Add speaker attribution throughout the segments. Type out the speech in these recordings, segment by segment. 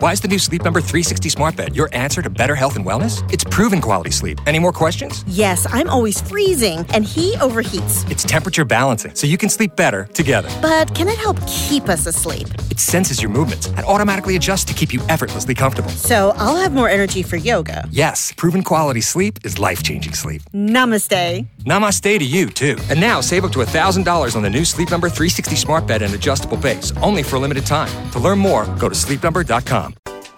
Speaker 1: Why is the new Sleep Number 360 smart bed your answer to better health and wellness? It's proven quality sleep. Any more questions?
Speaker 2: Yes, I'm always freezing, and he overheats.
Speaker 1: It's temperature balancing, so you can sleep better together.
Speaker 2: But can it help keep us asleep?
Speaker 1: It senses your movements and automatically adjusts to keep you effortlessly comfortable.
Speaker 2: So I'll have more energy for yoga.
Speaker 1: Yes, proven quality sleep is life changing sleep.
Speaker 2: Namaste.
Speaker 1: Namaste to you, too. And now save up to $1,000 on the new Sleep Number 360 smart bed and adjustable base, only for a limited time. To learn more, go to sleepnumber.com.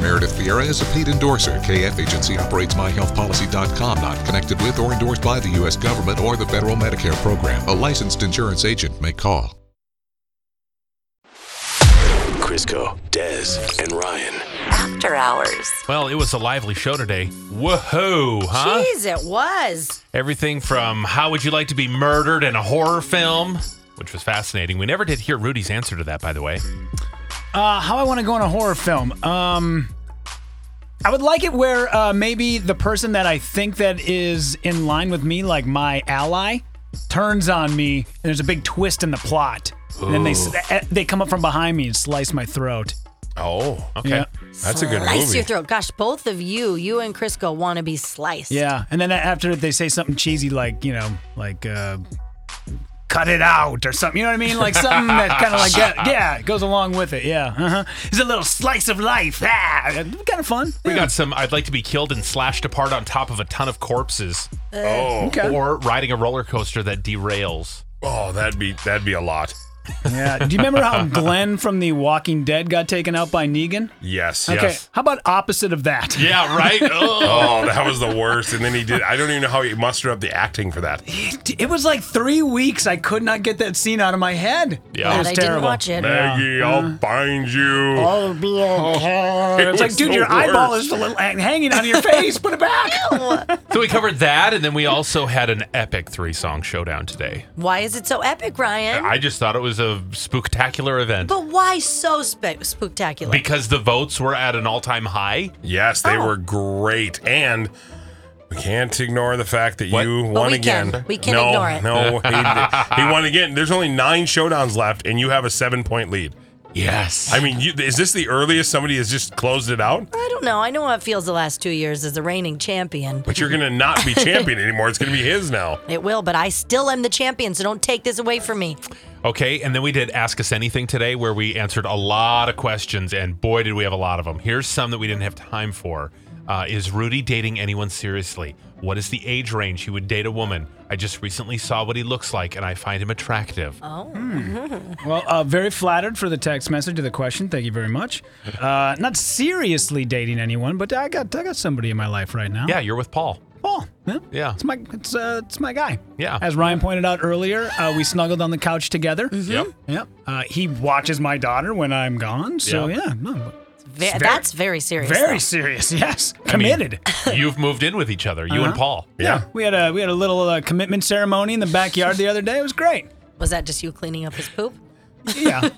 Speaker 3: Meredith Vieira is a paid endorser. KF Agency operates MyHealthPolicy.com, not connected with or endorsed by the U.S. government or the federal Medicare program. A licensed insurance agent may call.
Speaker 4: Crisco, Dez, and Ryan.
Speaker 5: After hours.
Speaker 6: Well, it was a lively show today. Whoa, huh?
Speaker 7: Jeez, it was.
Speaker 6: Everything from how would you like to be murdered in a horror film, which was fascinating. We never did hear Rudy's answer to that, by the way.
Speaker 8: Uh, how I want to go in a horror film. Um, I would like it where uh, maybe the person that I think that is in line with me, like my ally, turns on me, and there's a big twist in the plot, and then they s- eh, they come up from behind me and slice my throat.
Speaker 6: Oh, okay.
Speaker 8: Yeah.
Speaker 6: That's a good
Speaker 7: Slice
Speaker 6: movie.
Speaker 7: your throat. Gosh, both of you, you and Crisco, want to be sliced.
Speaker 8: Yeah, and then after they say something cheesy like you know, like uh, "cut it out" or something. You know what I mean? Like something that
Speaker 6: Oh,
Speaker 8: kind of like that. Yeah, it goes along with it. Yeah, uh-huh. it's a little slice of life. Ah, kind of fun.
Speaker 6: We got some. I'd like to be killed and slashed apart on top of a ton of corpses,
Speaker 8: got okay.
Speaker 6: or riding a roller coaster that derails.
Speaker 9: Oh, that'd be that'd be a lot.
Speaker 8: Yeah. Uh, Do you remember how Glenn from The Walking Dead got taken out by Negan?
Speaker 9: Yes,
Speaker 8: Okay.
Speaker 9: yes.
Speaker 8: How about opposite of that?
Speaker 6: Yeah, right. oh.
Speaker 9: Oh, that was the worst. And then he did. I don't even know how he mustered up the acting for that.
Speaker 8: It, it was like three weeks. I could not get that scene out of my head.
Speaker 6: Yeah.
Speaker 8: It
Speaker 7: Glad
Speaker 8: was
Speaker 7: I didn't
Speaker 8: terrible.
Speaker 7: watch it.
Speaker 9: Maggie, I'll find you.
Speaker 8: I'll be okay. It's
Speaker 9: It
Speaker 8: like,
Speaker 9: was
Speaker 8: dude,
Speaker 9: the
Speaker 8: your eyeball
Speaker 9: worst.
Speaker 8: is a little hang- hanging out of your face. Put it back.
Speaker 6: So we covered that, and then we also had an epic three-song showdown today.
Speaker 7: Why is it so epic, Ryan?
Speaker 6: I just thought it was a spectacular event
Speaker 7: but why so spe- spectacular?
Speaker 6: because the votes were at an all-time high.
Speaker 9: Yes, they were great. And we can't ignore the fact that
Speaker 6: What?
Speaker 9: you
Speaker 7: But
Speaker 9: won
Speaker 7: we
Speaker 9: again.
Speaker 7: can. We can
Speaker 9: no,
Speaker 7: ignore it.
Speaker 9: No, he, he won again. There's only nine showdowns left, and you have a seven point lead.
Speaker 6: Yes.
Speaker 9: I mean, you, is this the earliest somebody has just closed it out?
Speaker 7: I don't know. I know how it feels the last two years as the reigning champion.
Speaker 9: But you're going to not be champion anymore. It's going to be his now.
Speaker 7: It will, but I still am the champion, so don't take this away from me.
Speaker 6: Okay, and then we did Ask Us Anything today where we answered a lot of questions, and boy, did we have a lot of them. Here's some that we didn't have time for. Uh, is Rudy dating anyone seriously? What is the age range he would date a woman? I just recently saw what he looks like, and I find him attractive.
Speaker 8: Well, uh, very flattered for the text message to the question. Thank you very much. Uh, not seriously dating anyone, but I got I got somebody in my life right now.
Speaker 6: Yeah, you're with Paul.
Speaker 8: Paul. Yeah.
Speaker 6: Yeah.
Speaker 8: It's my it's uh, it's my guy.
Speaker 6: Yeah.
Speaker 8: As Ryan pointed out earlier, uh, we snuggled on the couch together.
Speaker 7: Mm-hmm.
Speaker 6: Yep.
Speaker 8: Yep. Uh, he watches my daughter when I'm gone. So
Speaker 6: Yeah.
Speaker 8: yeah, no,
Speaker 7: Ve- that's very serious.
Speaker 8: very
Speaker 7: though.
Speaker 8: serious. Yes,
Speaker 6: I mean,
Speaker 8: committed.
Speaker 6: You've moved in with each other, you and
Speaker 8: Uh-huh.
Speaker 6: Paul.
Speaker 9: Yeah.
Speaker 8: we had a we had a little uh, commitment ceremony in the backyard the other day. It was great.
Speaker 7: Was that just you cleaning up his poop?
Speaker 8: Yeah,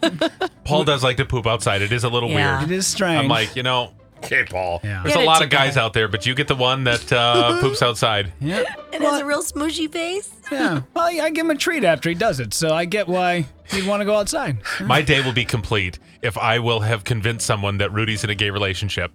Speaker 6: Paul does like to poop outside. It is a little
Speaker 7: Yeah.
Speaker 8: it
Speaker 6: weird.
Speaker 8: is strange.
Speaker 6: I'm like, you know,
Speaker 9: Okay, Paul.
Speaker 8: Yeah.
Speaker 6: there's
Speaker 7: Get
Speaker 6: a
Speaker 7: it
Speaker 6: lot of
Speaker 7: together.
Speaker 6: guys out there, but you get the one that uh, poops outside.
Speaker 8: yeah,
Speaker 7: It has a real smooshy face.
Speaker 8: yeah. Well, I I give him a treat after he does it, so I get why he'd want to go outside.
Speaker 6: My day will be complete if I will have convinced someone that Rudy's in a gay relationship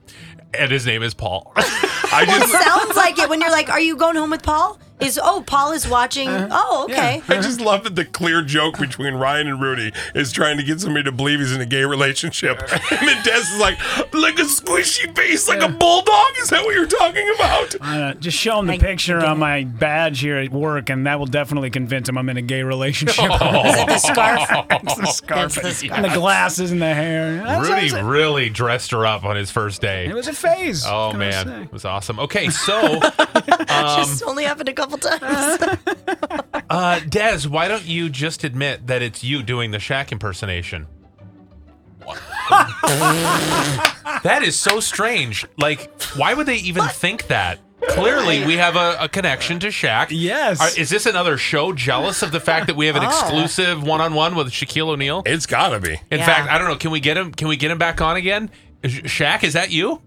Speaker 6: and his name is Paul.
Speaker 9: I just
Speaker 7: Sounds like it when you're like, "Are you going home with Paul?"
Speaker 2: Is oh Paul is watching. Oh, okay.
Speaker 10: I just love that the clear joke between Ryan and Rudy is trying to get somebody to believe he's in a gay relationship. and then Des is like, like a squishy face, like a bulldog. Is that what you're talking about?
Speaker 6: Uh, just show him the picture on my badge here at work, and that will definitely convince him I'm in a gay relationship.
Speaker 8: Is it the scarf?
Speaker 6: it's the scarf.
Speaker 8: That's the
Speaker 6: And the
Speaker 8: scarf.
Speaker 6: glasses and the hair. That's-
Speaker 8: Rudy
Speaker 6: that's-
Speaker 8: really dressed her up on his first day.
Speaker 6: It was a phase.
Speaker 8: Oh
Speaker 6: What can I
Speaker 8: man,
Speaker 6: say?
Speaker 8: it was awesome. Okay, so um,
Speaker 2: Just only happened a couple times.
Speaker 8: uh, Des, why don't you just admit that it's you doing the Shaq impersonation? that is so strange. Like, why would they even think that? Clearly, we have a, a connection to Shaq. Yes. is this another show jealous of the fact that we have an
Speaker 10: Oh.
Speaker 8: exclusive one-on-one with Shaquille O'Neal?
Speaker 10: It's gotta be.
Speaker 8: In
Speaker 10: Yeah.
Speaker 8: fact, I don't know. Can we get him? Can we get him back on again? Sh- Shaq, is that you?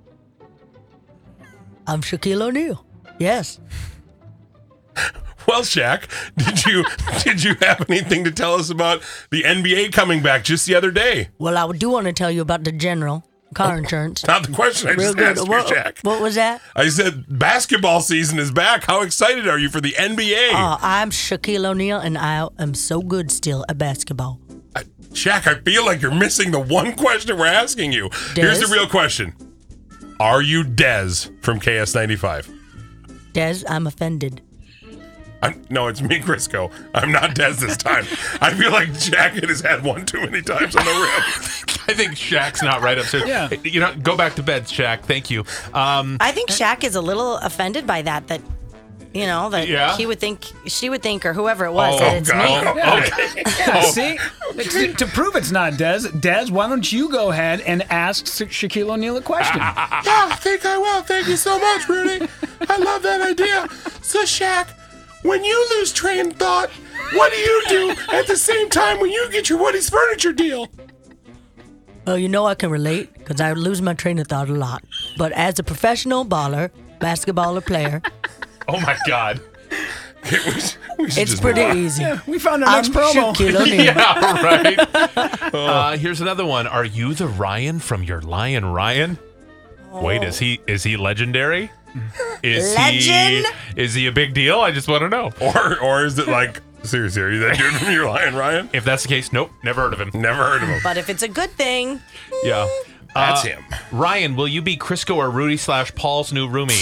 Speaker 2: I'm Shaquille O'Neal. Yes.
Speaker 10: Well, Shaq, did you did you have anything to tell us about the NBA coming back just the other day?
Speaker 2: Well, I do want to tell you about the general car insurance.
Speaker 10: Not the question I
Speaker 2: Real
Speaker 10: just
Speaker 2: good.
Speaker 10: asked you,
Speaker 2: what,
Speaker 10: Jack.
Speaker 2: What was that?
Speaker 10: I said basketball season is back. How excited are you for the NBA?
Speaker 2: Oh, I'm Shaquille O'Neal, and I am so good still at basketball.
Speaker 10: Shaq, I feel like you're missing the one question we're asking you. Here's the
Speaker 2: Dez?
Speaker 10: real question. Are you Dez from KS95?
Speaker 2: Des, I'm offended.
Speaker 10: I'm, no, it's me, Crisco. I'm not Dez this time. I feel like Jack has had one too many times on the rim.
Speaker 8: I think Shaq's not right upstairs.
Speaker 10: Yeah.
Speaker 8: You know, go back to bed, Shaq. Thank you. Um,
Speaker 2: I think Shaq is a little offended by that. That you know that
Speaker 8: Yeah.
Speaker 2: he would think, she would think, or whoever it was,
Speaker 8: Oh,
Speaker 2: that it's
Speaker 8: God.
Speaker 2: me.
Speaker 8: Oh,
Speaker 6: Yeah, see? It's- To prove it's not Dez, Dez, why don't you go ahead and ask Sha- Shaquille O'Neal a question?
Speaker 10: I think I will. Thank you so much, Rudy. I love that idea. So, Shaq, when you lose train of thought, what do you do at the same time when you get your Woody's furniture deal?
Speaker 2: Oh, you know I can relate because I lose my train of thought a lot. But as a professional baller, basketballer player,
Speaker 8: oh my God.
Speaker 2: it's pretty easy.
Speaker 6: we found
Speaker 2: our next I'm promo. Shaquille O'Neal.
Speaker 8: yeah, right.
Speaker 2: Oh.
Speaker 8: Uh, here's another one. Are you the Ryan from your Lion Ryan? Wait, is
Speaker 2: Oh.
Speaker 8: he is he legendary? Is
Speaker 10: Legend?
Speaker 8: he is he a big deal? I just want to know.
Speaker 10: Or or is it like seriously? Are you that dude from your Lion Ryan?
Speaker 8: If that's the case, nope, never heard of him.
Speaker 10: Never heard of him.
Speaker 2: But if it's a good thing,
Speaker 8: Yeah.
Speaker 10: That's him.
Speaker 8: Ryan, will you be Crisco or Rudy slash Paul's new roomie?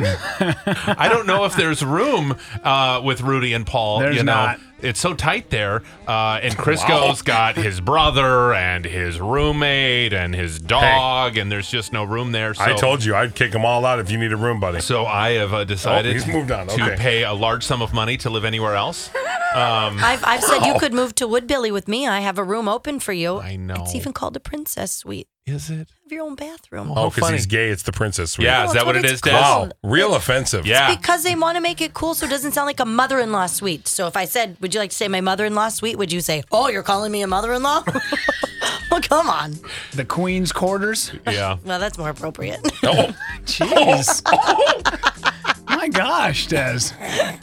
Speaker 8: I don't know if there's room uh, with Rudy and Paul.
Speaker 6: There's
Speaker 8: you know,
Speaker 6: not.
Speaker 8: it's so tight there. Uh, and Crisco's got his brother and his roommate and his dog, and there's just no room there. So
Speaker 10: I told you I'd kick them all out if you need a room, buddy.
Speaker 8: So I have uh, decided
Speaker 10: Oh, he's moved on.
Speaker 8: to
Speaker 10: Okay.
Speaker 8: pay a large sum of money to live anywhere else. Um,
Speaker 2: I've, I've said you
Speaker 8: wow.
Speaker 2: could move to Woodbilly with me. I have a room open for you. I
Speaker 8: know.
Speaker 2: It's even called the Princess Suite.
Speaker 8: Is it?
Speaker 2: Have your own bathroom.
Speaker 10: Oh, because
Speaker 8: funny.
Speaker 10: he's gay. It's the princess. Suite.
Speaker 8: Yeah, is No, that it's what what it it's is, Des?
Speaker 10: Wow,
Speaker 8: called.
Speaker 10: real offensive.
Speaker 8: Yeah.
Speaker 2: Because they want to make it cool so it doesn't sound like a mother in law suite. So if I said, Would you like to say my mother in law suite? Would you say, Oh, you're calling me a mother in law? well, come on.
Speaker 6: The Queen's quarters.
Speaker 8: Yeah.
Speaker 2: Well, Oh, that's more appropriate.
Speaker 6: Jeez. My gosh, Dez.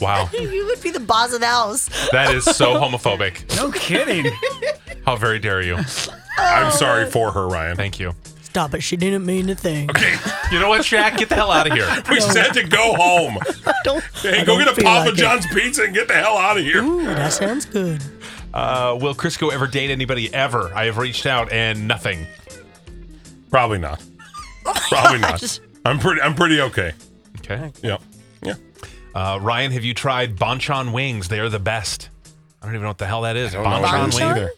Speaker 8: Wow.
Speaker 2: you would be the boss of the house.
Speaker 8: That is so homophobic.
Speaker 6: No kidding.
Speaker 8: How very dare you?
Speaker 10: I'm sorry for her, Ryan.
Speaker 8: Thank you.
Speaker 2: Stop it. She didn't mean a thing.
Speaker 10: Okay.
Speaker 8: You know what, Shaq? Get the hell out of here.
Speaker 10: We said to go home. hey,
Speaker 2: I
Speaker 10: go
Speaker 2: don't
Speaker 10: get a
Speaker 2: feel
Speaker 10: Papa
Speaker 2: like it.
Speaker 10: John's pizza and get the hell out of here.
Speaker 2: Ooh, that sounds good.
Speaker 8: Uh, will Crisco ever date anybody ever? I have reached out and nothing.
Speaker 10: Probably not. Probably
Speaker 8: Gosh.
Speaker 10: not. I'm pretty. I'm pretty okay.
Speaker 8: Okay.
Speaker 10: Yeah. Yeah.
Speaker 8: Uh, Ryan, have you tried Bonchon wings? They are the best. I don't even know what the hell that is.
Speaker 10: I don't know what it
Speaker 8: wings?
Speaker 10: is either.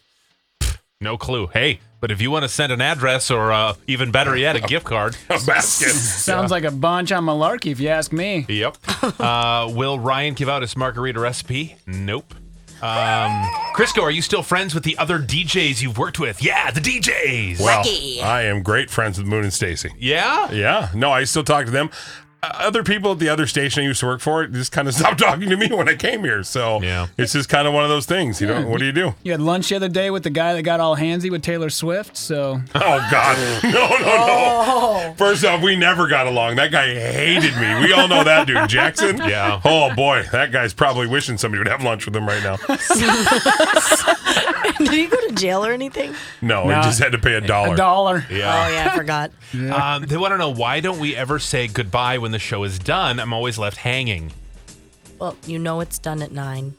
Speaker 8: Pfft, No clue. Hey, but if you want to send an address or uh, even better yet, a gift card,
Speaker 10: a basket.
Speaker 6: Sounds like a bunch on malarkey, if you ask me.
Speaker 8: Yep. Uh, will Ryan give out his margarita recipe? Nope. Um, Crisco, are you still friends with the other DJs you've worked with? Yeah, the DJs.
Speaker 10: Well, I am great friends with Moon and Stacy.
Speaker 8: Yeah?
Speaker 10: Yeah. No, I still talk to them. Uh, Other people at the other station I used to work for just kind of stopped talking to me when I came here. So yeah. it's just kind of one of those things. You know, what do you do?
Speaker 6: You had lunch the other day with the guy that got all handsy with Taylor Swift, so.
Speaker 10: Oh God! No,
Speaker 2: Oh.
Speaker 10: no, no! First off, we never got along. That guy hated me. We all know that dude, Jackson.
Speaker 8: Yeah.
Speaker 10: Oh boy, that guy's probably wishing somebody would have lunch with him right now.
Speaker 2: Did you go to jail or anything?
Speaker 10: No,
Speaker 8: Nah.
Speaker 10: he just had to pay a dollar.
Speaker 6: dollar.
Speaker 8: Yeah.
Speaker 2: Oh, yeah, I forgot.
Speaker 8: Um, they want to know why don't we ever say goodbye when the show is done? I'm always left hanging.
Speaker 2: Well, you know it's done at nine.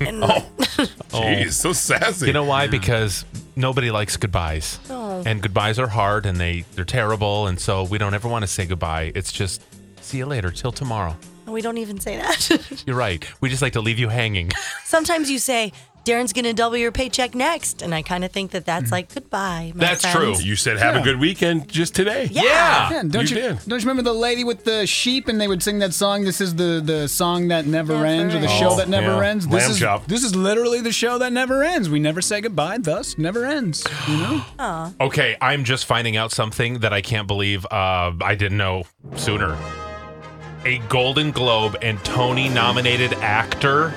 Speaker 2: and
Speaker 10: Jeez, so sassy.
Speaker 8: You know why? Because nobody likes goodbyes,
Speaker 2: Oh.
Speaker 8: and goodbyes are hard and they they're terrible, and so we don't ever want to say goodbye. It's just see you later till tomorrow.
Speaker 2: we don't even say that.
Speaker 8: You're right. We just like to leave you hanging.
Speaker 2: Sometimes you say, Darren's going to double your paycheck next. And I kind of think that that's like goodbye. My friends."
Speaker 10: You said have
Speaker 6: Yeah.
Speaker 10: a good weekend just today.
Speaker 6: Yeah, don't you,
Speaker 10: did.
Speaker 6: don't you remember the lady with the sheep and they would sing that song? This is the the song that never, ends, or the
Speaker 10: ends.
Speaker 6: show
Speaker 10: Oh,
Speaker 6: that never
Speaker 10: yeah.
Speaker 6: ends. This
Speaker 10: Lamb
Speaker 6: is
Speaker 10: chop.
Speaker 6: this is literally the show that never ends. We never say goodbye, thus never ends. You know?
Speaker 8: Okay, I'm just finding out something that I can't believe uh, I didn't know sooner. A Golden Globe and Tony nominated actor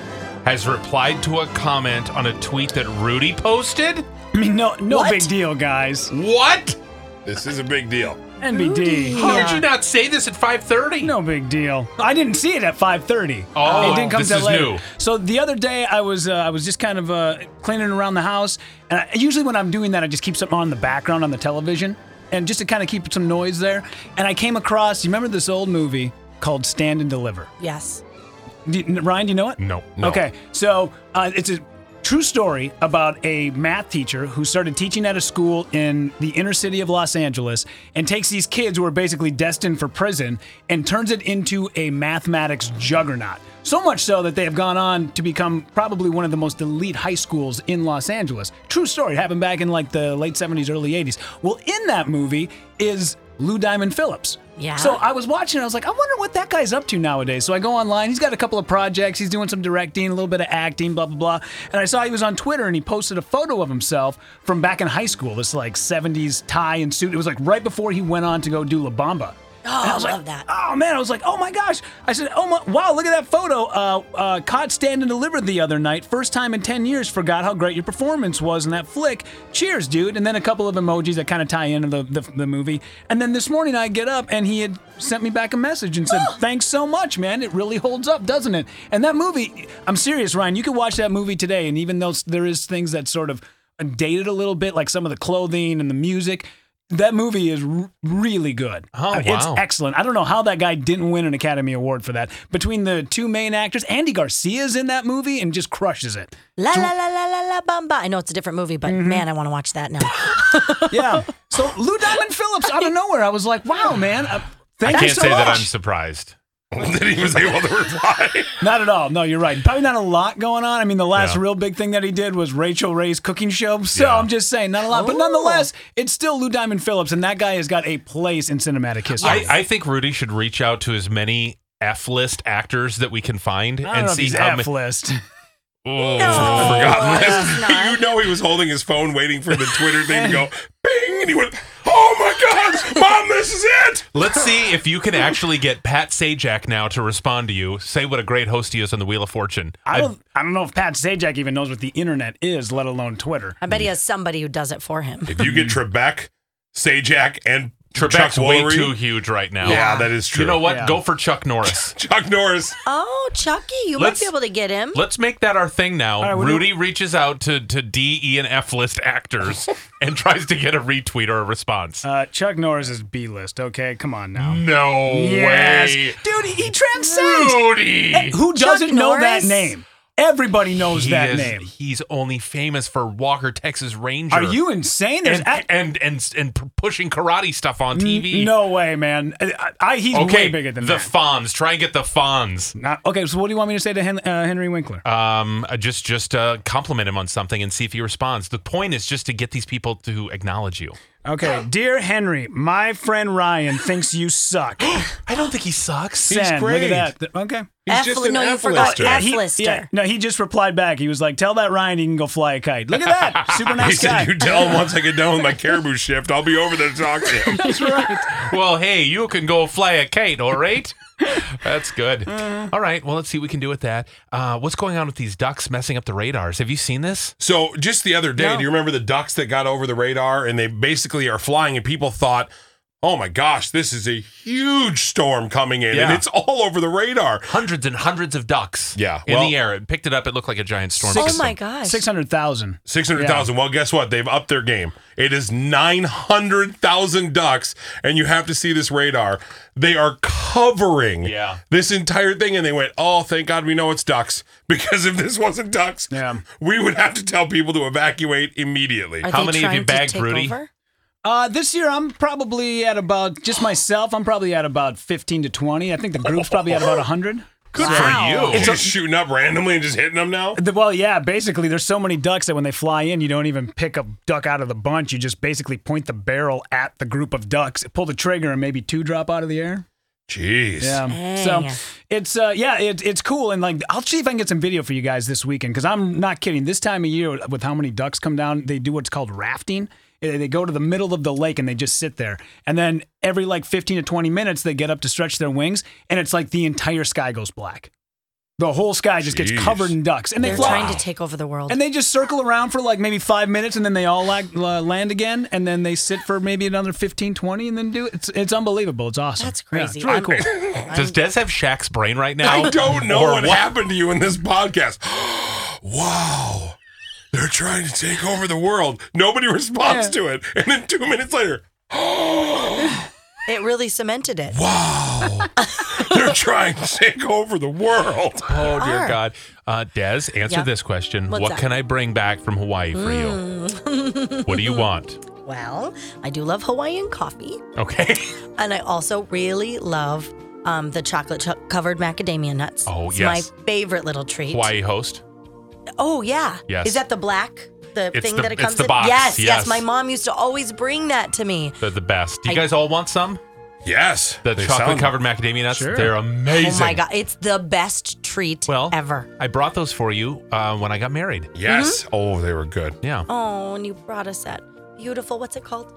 Speaker 8: has replied to a comment on a tweet that Rudy posted.
Speaker 6: I mean, no, no big deal, guys.
Speaker 8: What?
Speaker 10: This is a big deal.
Speaker 6: NBD.
Speaker 8: How did you not say this at 5:30?
Speaker 6: No big deal. I didn't see it at 5:30.
Speaker 8: Oh,
Speaker 6: it didn't come
Speaker 8: this
Speaker 6: till
Speaker 8: is
Speaker 6: later.
Speaker 8: new.
Speaker 6: So the other day, I was uh, I was just kind of uh, cleaning around the house, and I, usually when I'm doing that, I just keep something on in the background on the television, and just to kind of keep some noise there. And I came across, you remember this old movie called Stand and Deliver?
Speaker 2: Yes.
Speaker 6: Do you- Ryan, do you know it?
Speaker 8: No. no.
Speaker 6: Okay, so uh, it's a true story about a math teacher who started teaching at a school in the inner city of Los Angeles and takes these kids who are basically destined for prison and turns it into a mathematics juggernaut. So much so that they have gone on to become probably one of the most elite high schools in Los Angeles. True story, happened back in like the late 70s, early 80s. Well, in that movie is Lou Diamond Phillips.
Speaker 2: Yeah.
Speaker 6: So I was watching. I was like, I wonder what that guy's up to nowadays. So I go online. He's got a couple of projects. He's doing some directing, a little bit of acting, blah blah blah. And I saw he was on Twitter and he posted a photo of himself from back in high school. This like '70s tie and suit. It was like right before he went on to go do La Bamba.
Speaker 2: Oh,
Speaker 6: And
Speaker 2: I
Speaker 6: was
Speaker 2: love
Speaker 6: like,
Speaker 2: that.
Speaker 6: Oh man, I was like, oh my gosh. I said, oh my, wow, look at that photo. Uh, uh, caught stand and delivered the other night. First time in 10 years, forgot how great your performance was in that flick. Cheers, dude. And then a couple of emojis that kind of tie into the, the, the movie. And then this morning I get up and he had sent me back a message and said, thanks so much, man. It really holds up, doesn't it? And that movie, I'm serious, Ryan, you could watch that movie today. And even though there is things that sort of dated a little bit, like some of the clothing and the music, that movie is r- really good.
Speaker 8: Oh,
Speaker 6: It's
Speaker 8: wow.
Speaker 6: excellent. I don't know how that guy didn't win an Academy Award for that. Between the two main actors, Andy Garcia's in that movie and just crushes it.
Speaker 2: La la la la la la bamba. I know it's a different movie, but man, I want to watch that now.
Speaker 6: Yeah. so Lou Diamond Phillips out of nowhere, I was like, wow, man.
Speaker 8: I
Speaker 6: Uh, thank
Speaker 8: can't
Speaker 6: you so
Speaker 8: say
Speaker 6: much.
Speaker 8: that I'm surprised.
Speaker 10: that he was able to reply.
Speaker 6: Not at all. No, you're right. Probably not a lot going on. I mean, the last
Speaker 8: Yeah.
Speaker 6: real big thing that he did was Rachel Ray's cooking show. So
Speaker 8: Yeah.
Speaker 6: I'm just saying, not a lot. But
Speaker 2: Ooh.
Speaker 6: nonetheless, it's still Lou Diamond Phillips, and that guy has got a place in cinematic history.
Speaker 8: I, I think Rudy should reach out to as many F list actors that we can find
Speaker 6: I don't
Speaker 8: and
Speaker 6: know if
Speaker 8: see
Speaker 6: he's
Speaker 8: how
Speaker 6: F
Speaker 8: many.
Speaker 6: list.
Speaker 8: Oh,
Speaker 10: Forgotten
Speaker 2: it's
Speaker 10: this.
Speaker 2: not.
Speaker 10: You know he was holding his phone, waiting for the Twitter thing to go ping, and he went, "Oh my God, Mom, this is it!"
Speaker 8: Let's see if you can actually get Pat Sajak now to respond to you. Say what a great host he is on the Wheel of Fortune.
Speaker 6: I don't, I don't know if Pat Sajak even knows what the internet is, let alone Twitter.
Speaker 2: I bet he has somebody who does it for him.
Speaker 10: If you get Trebek, Sajak, and Chuck
Speaker 8: Trebek's way
Speaker 10: Woolery-
Speaker 8: too huge right now.
Speaker 10: Yeah, that is true.
Speaker 8: You know what?
Speaker 6: Yeah.
Speaker 8: Go for Chuck Norris.
Speaker 10: Chuck Norris.
Speaker 2: Oh, Chucky, you
Speaker 8: Let's-
Speaker 2: might be able to get him.
Speaker 8: Let's make that our thing now.
Speaker 6: All right, what do-
Speaker 8: Rudy reaches out to, to D, E, and F list actors and tries to get a retweet or a response.
Speaker 6: Uh, Chuck Norris is B list. Okay, come on now.
Speaker 8: no way.
Speaker 6: dude, he transcends.
Speaker 8: Rudy.
Speaker 6: Hey, Who doesn't know that
Speaker 2: Norris?
Speaker 6: name? Everybody knows
Speaker 8: He
Speaker 6: that
Speaker 8: is-
Speaker 6: name.
Speaker 8: He's only famous for Walker, Texas Ranger.
Speaker 6: Are you insane? There's
Speaker 8: and,
Speaker 6: a-
Speaker 8: and and and p- pushing karate stuff on TV?
Speaker 6: no way, man. I, I, he's
Speaker 8: Okay,
Speaker 6: way bigger than
Speaker 8: the
Speaker 6: that.
Speaker 8: Fonz. Try and get the Fonz.
Speaker 6: Not- okay, so what do you want me to say to Hen- uh, Henry Winkler?
Speaker 8: Um, uh, just just uh, compliment him on something and see if he responds. The point is just to get these people to acknowledge you.
Speaker 6: Okay, dear Henry, my friend Ryan thinks you suck.
Speaker 8: I don't think he sucks.
Speaker 6: Send.
Speaker 10: great.
Speaker 6: Look at that. Okay.
Speaker 10: He's
Speaker 2: F-
Speaker 10: just an
Speaker 2: no, you
Speaker 10: F
Speaker 2: forgot
Speaker 10: lister.
Speaker 2: F-
Speaker 6: he-
Speaker 2: F-lister.
Speaker 6: no, he just replied back. He was like, "Tell that Ryan he can go fly a kite." Look at that, super
Speaker 10: He
Speaker 6: nice guy.
Speaker 10: said, "You tell him once I get done with my caribou shift, I'll be over there to talk to him."
Speaker 6: That's right.
Speaker 8: well, hey, you can go fly a kite, all right? That's good. All right. Well, let's see what we can do with that. Uh, what's going on with these ducks messing up the radars? Have you seen this?
Speaker 10: So just the other day, do you remember the ducks that got over the radar and they basically are flying and people thought, oh my gosh, this is a huge storm coming in, and
Speaker 8: Yeah.
Speaker 10: it's all over the radar.
Speaker 8: Hundreds and hundreds of ducks.
Speaker 10: Yeah,
Speaker 8: in
Speaker 10: well-
Speaker 8: the air. It picked it up. It looked like a giant storm.
Speaker 2: Oh my gosh.
Speaker 6: Six hundred thousand.
Speaker 10: Six hundred thousand. Well, guess what? They've upped their game. It is nine hundred thousand ducks, and you have to see this radar. They are covering
Speaker 8: Yeah.
Speaker 10: this entire thing, and they went, "Oh, thank God we know it's ducks, because if this wasn't ducks, we would have to tell people to evacuate immediately."
Speaker 8: Are How they many have you trying to bagged, take Rudy? over?
Speaker 6: Uh, this year I'm probably at about just myself. I'm probably at about fifteen to twenty. I think the group's probably at about hundred.
Speaker 10: Good for you. It's just shooting up randomly and just hitting them now.
Speaker 6: The- Well, yeah, basically, there's so many ducks that when they fly in, you don't even pick a duck out of the bunch. You just basically point the barrel at the group of ducks, pull the trigger, and maybe two drop out of the air.
Speaker 10: Jeez.
Speaker 6: Yeah. Um, So it's uh yeah, it, it's cool and like I'll see if I can get some video for you guys this weekend because I'm not kidding. This time of year with how many ducks come down, they do what's called rafting. Eh, They go to the middle of the lake and they just sit there. And then every like 15 to 20 minutes they get up to stretch their wings and it's like the entire sky goes black. The whole sky just
Speaker 2: Jeez.
Speaker 6: gets covered in ducks and they
Speaker 2: They're
Speaker 6: fly
Speaker 2: trying to take over the world.
Speaker 6: and they just circle around for like maybe 5 minutes and then they all like la- land again and then they sit for maybe another 15 20 and then do it. It's, it's unbelievable. It's awesome. That's
Speaker 2: crazy.
Speaker 6: it's really
Speaker 2: I'm-
Speaker 6: cool.
Speaker 8: Does Des have Shaq's brain right now?
Speaker 10: I don't know
Speaker 8: Or
Speaker 10: what, happened to you in this podcast. wow. They're trying to take over the world. Nobody responds
Speaker 2: Yeah.
Speaker 10: to it. And then two minutes later,
Speaker 2: it really cemented it.
Speaker 10: wow. they're trying to take over the world.
Speaker 8: Oh dear
Speaker 2: are.
Speaker 8: God, uh, Des, answer
Speaker 2: Yeah.
Speaker 8: this question:
Speaker 2: What's
Speaker 8: What
Speaker 2: that? Mm.
Speaker 8: can I bring back from Hawaii for you? What do you want?
Speaker 2: Well, I do love Hawaiian coffee,
Speaker 8: Okay.
Speaker 2: and I also really love um, the chocolate cho- covered macadamia nuts.
Speaker 8: Oh,
Speaker 2: it's
Speaker 8: yes.
Speaker 2: my favorite little treat.
Speaker 8: Hawaii host.
Speaker 2: Oh yeah.
Speaker 8: Yes.
Speaker 2: Is that the black? The
Speaker 8: It's
Speaker 2: thing
Speaker 8: the-
Speaker 2: that it
Speaker 8: it's
Speaker 2: comes
Speaker 8: the
Speaker 2: in.
Speaker 8: box,
Speaker 2: Yes, yes,
Speaker 8: yes.
Speaker 2: My mom used to always bring that to me.
Speaker 8: They're the best. Do you
Speaker 2: I-
Speaker 8: guys all want some?
Speaker 10: Yes.
Speaker 8: The
Speaker 10: They
Speaker 8: chocolate
Speaker 10: sound-
Speaker 8: covered macadamia nuts.
Speaker 10: Sure.
Speaker 8: They're amazing.
Speaker 2: Oh my god, it's the best treat
Speaker 8: Well,
Speaker 2: ever. Mm-hmm.
Speaker 8: I brought those for you uh, when I got married.
Speaker 10: Yes. Oh, they were good.
Speaker 8: Yeah.
Speaker 2: Oh, and you brought us that beautiful. What's it called?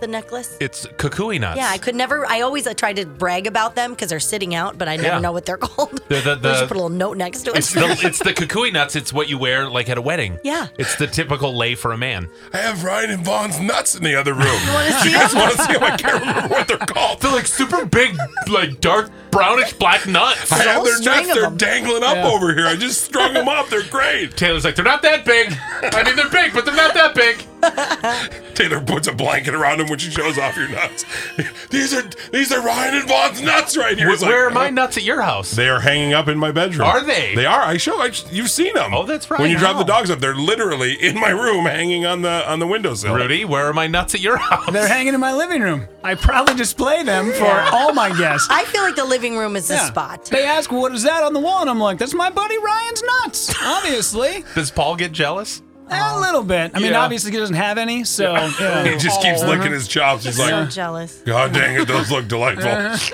Speaker 2: The necklace.
Speaker 8: It's kukui nuts.
Speaker 2: Yeah, I could never. I always I tried to brag about them because they're sitting out, but I never
Speaker 8: Yeah.
Speaker 2: know what they're called.
Speaker 8: They're the-
Speaker 2: we
Speaker 8: the-
Speaker 10: Uh,
Speaker 2: should put a little note next to it.
Speaker 8: It's the, it's the kukui nuts. It's what you wear like at a wedding.
Speaker 2: Yeah.
Speaker 8: It's the typical lay for a man.
Speaker 10: I have Ryan and Vaughn's nuts in the other room. You
Speaker 2: want to
Speaker 10: see guys want to see them? I can't remember what they're called.
Speaker 8: They're like super big, like dark brownish black nuts.
Speaker 10: I have their nuts. They're dangling up
Speaker 8: Yeah.
Speaker 10: over here. I just strung them up. They're great.
Speaker 8: Taylor's like, they're not that big. I mean, they're big, but they're not that big.
Speaker 10: Taylor puts a blanket around him when she shows off your nuts. These are these are Ryan and Vaughn's nuts right here.
Speaker 8: Where-
Speaker 10: It's like,
Speaker 8: where are my nuts at your house?
Speaker 10: They are hanging up in my bedroom.
Speaker 8: Are they?
Speaker 10: They are. I show. I, you've seen them.
Speaker 8: Oh, that's right.
Speaker 10: When you drop the
Speaker 8: Wow.
Speaker 10: dogs up, they're literally in my room, hanging on the on the windowsill.
Speaker 8: Rudy, where are my nuts at your house?
Speaker 6: They're hanging in my living room. I probably display them for all my guests.
Speaker 2: I feel like the living room is the
Speaker 6: Yeah.
Speaker 2: spot.
Speaker 6: They ask, what is that on the wall? And I'm like, that's my buddy Ryan's nuts, obviously.
Speaker 8: Does Paul get jealous?
Speaker 6: A little bit. I mean,
Speaker 8: Yeah.
Speaker 6: obviously, he doesn't have any, so. Yeah.
Speaker 10: He just keeps
Speaker 6: Oh.
Speaker 10: licking his chops. He's
Speaker 2: so
Speaker 10: like,
Speaker 2: jealous.
Speaker 10: God dang it, those look delightful.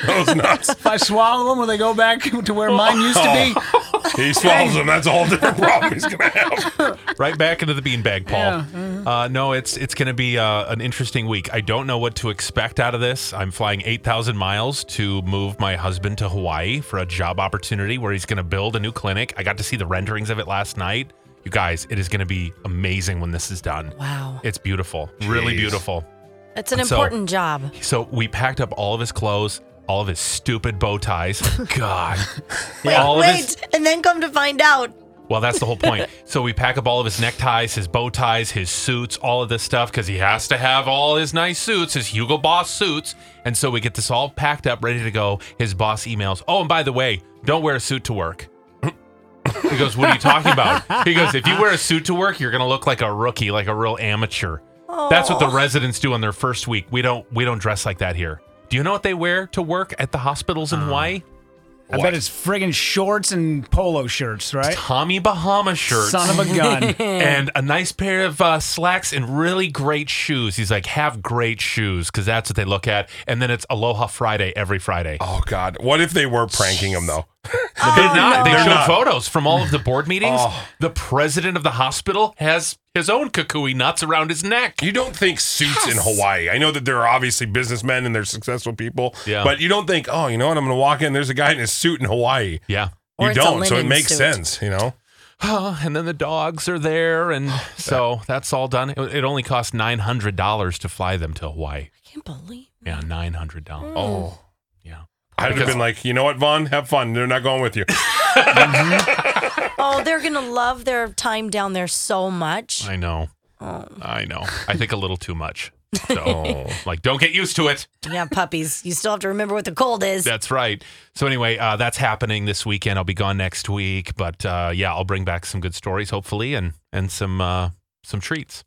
Speaker 10: those nuts.
Speaker 6: Uh-huh. If I swallow them, will they go back to where mine used to be?
Speaker 10: He swallows them. That's a whole different problem he's gonna have.
Speaker 8: Right back into the beanbag, Paul.
Speaker 6: Yeah,
Speaker 8: Uh, no, it's it's going to be uh, an interesting week. I don't know what to expect out of this. I'm flying 8,000 miles to move my husband to Hawaii for a job opportunity where he's going to build a new clinic. I got to see the renderings of it last night. You guys, it is going to be amazing when this is done.
Speaker 2: Wow.
Speaker 8: It's beautiful, really
Speaker 10: Jeez.
Speaker 8: beautiful.
Speaker 2: It's an
Speaker 8: So-
Speaker 2: important job.
Speaker 8: So we packed up all of his clothes, all of his stupid bow ties. God, all
Speaker 2: Wait,
Speaker 8: of his
Speaker 2: and then come to find out.
Speaker 8: Well, that's the whole point. so we pack up all of his neckties, his bow ties, his suits, all of this stuff because he has to have all his nice suits, his Hugo Boss suits. And so we get this all packed up, ready to go. His boss emails, "Oh, and by the way, don't wear a suit to work." He goes, "What are you talking about?" He goes, "If you wear a suit to work, you're going to look like a rookie, like a real amateur." That's what the residents do on their first week. We don't we don't dress like that here. Do you know what they wear to work at the hospitals in Hawaii?
Speaker 6: I bet it's friggin' shorts and polo shirts, right?
Speaker 8: Tommy Bahama shirts.
Speaker 6: Son of a gun.
Speaker 8: and a nice pair of uh, slacks and really great shoes. He's like, have great shoes because that's what they look at. And then it's Aloha Friday every Friday.
Speaker 10: Oh God, what if they were pranking him though?
Speaker 8: they did not. They
Speaker 10: They're
Speaker 8: showed
Speaker 10: not.
Speaker 8: photos from all of the board meetings.
Speaker 10: Oh.
Speaker 8: The president of the hospital has his own kukui nuts around his neck.
Speaker 10: You don't think suits in Hawaii. I know that there are obviously businessmen and they're successful people,
Speaker 8: Yeah.
Speaker 10: but you don't think, oh, you know what? I'm going to walk in. There's a guy in a suit in Hawaii.
Speaker 8: Yeah.
Speaker 2: Or
Speaker 10: you
Speaker 2: it's a
Speaker 10: don't. So it
Speaker 2: linen
Speaker 10: makes
Speaker 2: suit.
Speaker 10: sense, you know?
Speaker 8: Oh, and then the dogs are there, and so that's all done. It, it only cost nine hundred dollars to fly them to Hawaii.
Speaker 2: I can't believe
Speaker 8: Yeah, nine hundred dollars.
Speaker 10: Oh.
Speaker 8: Yeah.
Speaker 10: I'd have
Speaker 8: Because-
Speaker 10: been like, you know what, Vaughn? Have fun. They're not going with you.
Speaker 2: Oh, they're gonna love their time down there so much.
Speaker 8: I know. I know. I think a little too much. So, like, don't get used to it.
Speaker 2: Yeah, puppies. You still have to remember what the cold is.
Speaker 8: That's right. So anyway, uh, that's happening this weekend. I'll be gone next week, but uh, yeah, I'll bring back some good stories, hopefully, and and some uh, some treats.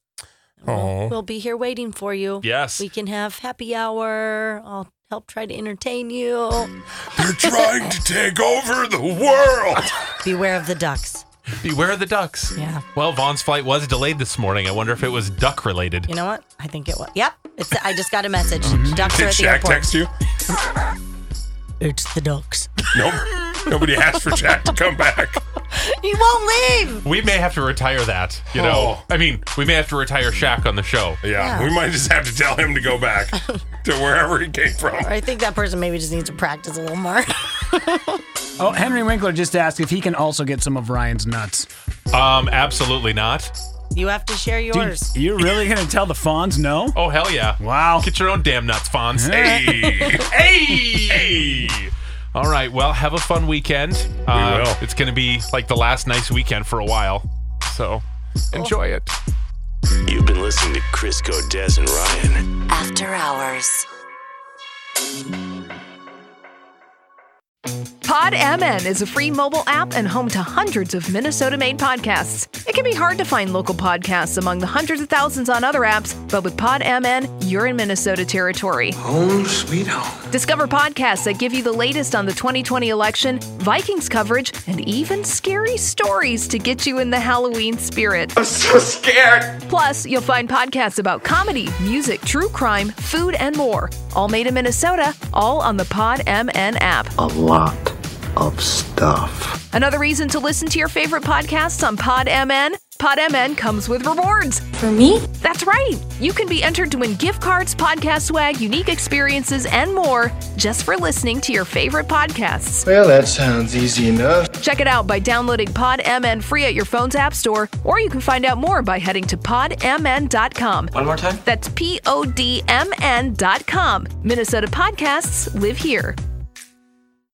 Speaker 2: We'll- We'll be here waiting for you.
Speaker 8: Yes.
Speaker 2: We can have happy hour. I'll help try to entertain you.
Speaker 10: They're trying to take over the world.
Speaker 2: Beware of the ducks.
Speaker 8: Beware of the ducks.
Speaker 2: Yeah.
Speaker 8: Well, Vaughn's flight was delayed this morning. I wonder if it was duck related.
Speaker 2: You know what? I think it was. Yep. It's, I just got a message. Ducks are
Speaker 10: Mm-hmm. Did
Speaker 2: at the
Speaker 10: Shaq
Speaker 2: airport.
Speaker 10: text you?
Speaker 2: It's the ducks.
Speaker 10: Nope. Nobody asked for Jack to come back.
Speaker 2: He won't leave.
Speaker 8: We may have to retire that. You know, I mean, we may have to retire Shaq on the show.
Speaker 2: Yeah.
Speaker 10: We might just have to tell him to go back to wherever he came from.
Speaker 2: I think that person maybe just needs to practice a little more.
Speaker 6: Oh, Henry Winkler just asked if he can also get some of Ryan's nuts.
Speaker 8: Um, absolutely not.
Speaker 2: You have to share yours.
Speaker 6: Dude, you're really gonna tell the Fawns no?
Speaker 8: Oh hell yeah!
Speaker 6: Wow.
Speaker 8: Get your own damn nuts, Fonz. Hey, hey, hey. All right. Well, have a fun weekend. We
Speaker 10: will.
Speaker 8: It's going to be like the last nice weekend for a while. So enjoy it.
Speaker 4: You've been listening to Crisco, Des, and Ryan.
Speaker 5: After Hours.
Speaker 7: PodMN is a free mobile app and home to hundreds of Minnesota made podcasts. It can be hard to find local podcasts among the hundreds of thousands on other apps, but with PodMN, you're in Minnesota territory.
Speaker 11: Home sweet home.
Speaker 7: Discover podcasts that give you the latest on the 2020 election, Vikings coverage, and even scary stories to get you in the Halloween spirit. I'm so scared. Plus, you'll find podcasts about comedy, music, true crime, food, and more. All made in Minnesota, all on the PodMN app.
Speaker 12: A lot of stuff.
Speaker 7: Another reason to listen to your favorite podcasts on PodMN? PodMN comes with rewards. For
Speaker 5: me?
Speaker 7: That's right. You can be entered to win gift cards, podcast swag, unique experiences, and more just for listening to your favorite podcasts.
Speaker 11: Well, that sounds easy enough.
Speaker 7: Check it out by downloading PodMN free at your phone's app store, or you can find out more by heading to podmn.com.
Speaker 11: One more time?
Speaker 7: That's P O D M N.com. Minnesota podcasts live here.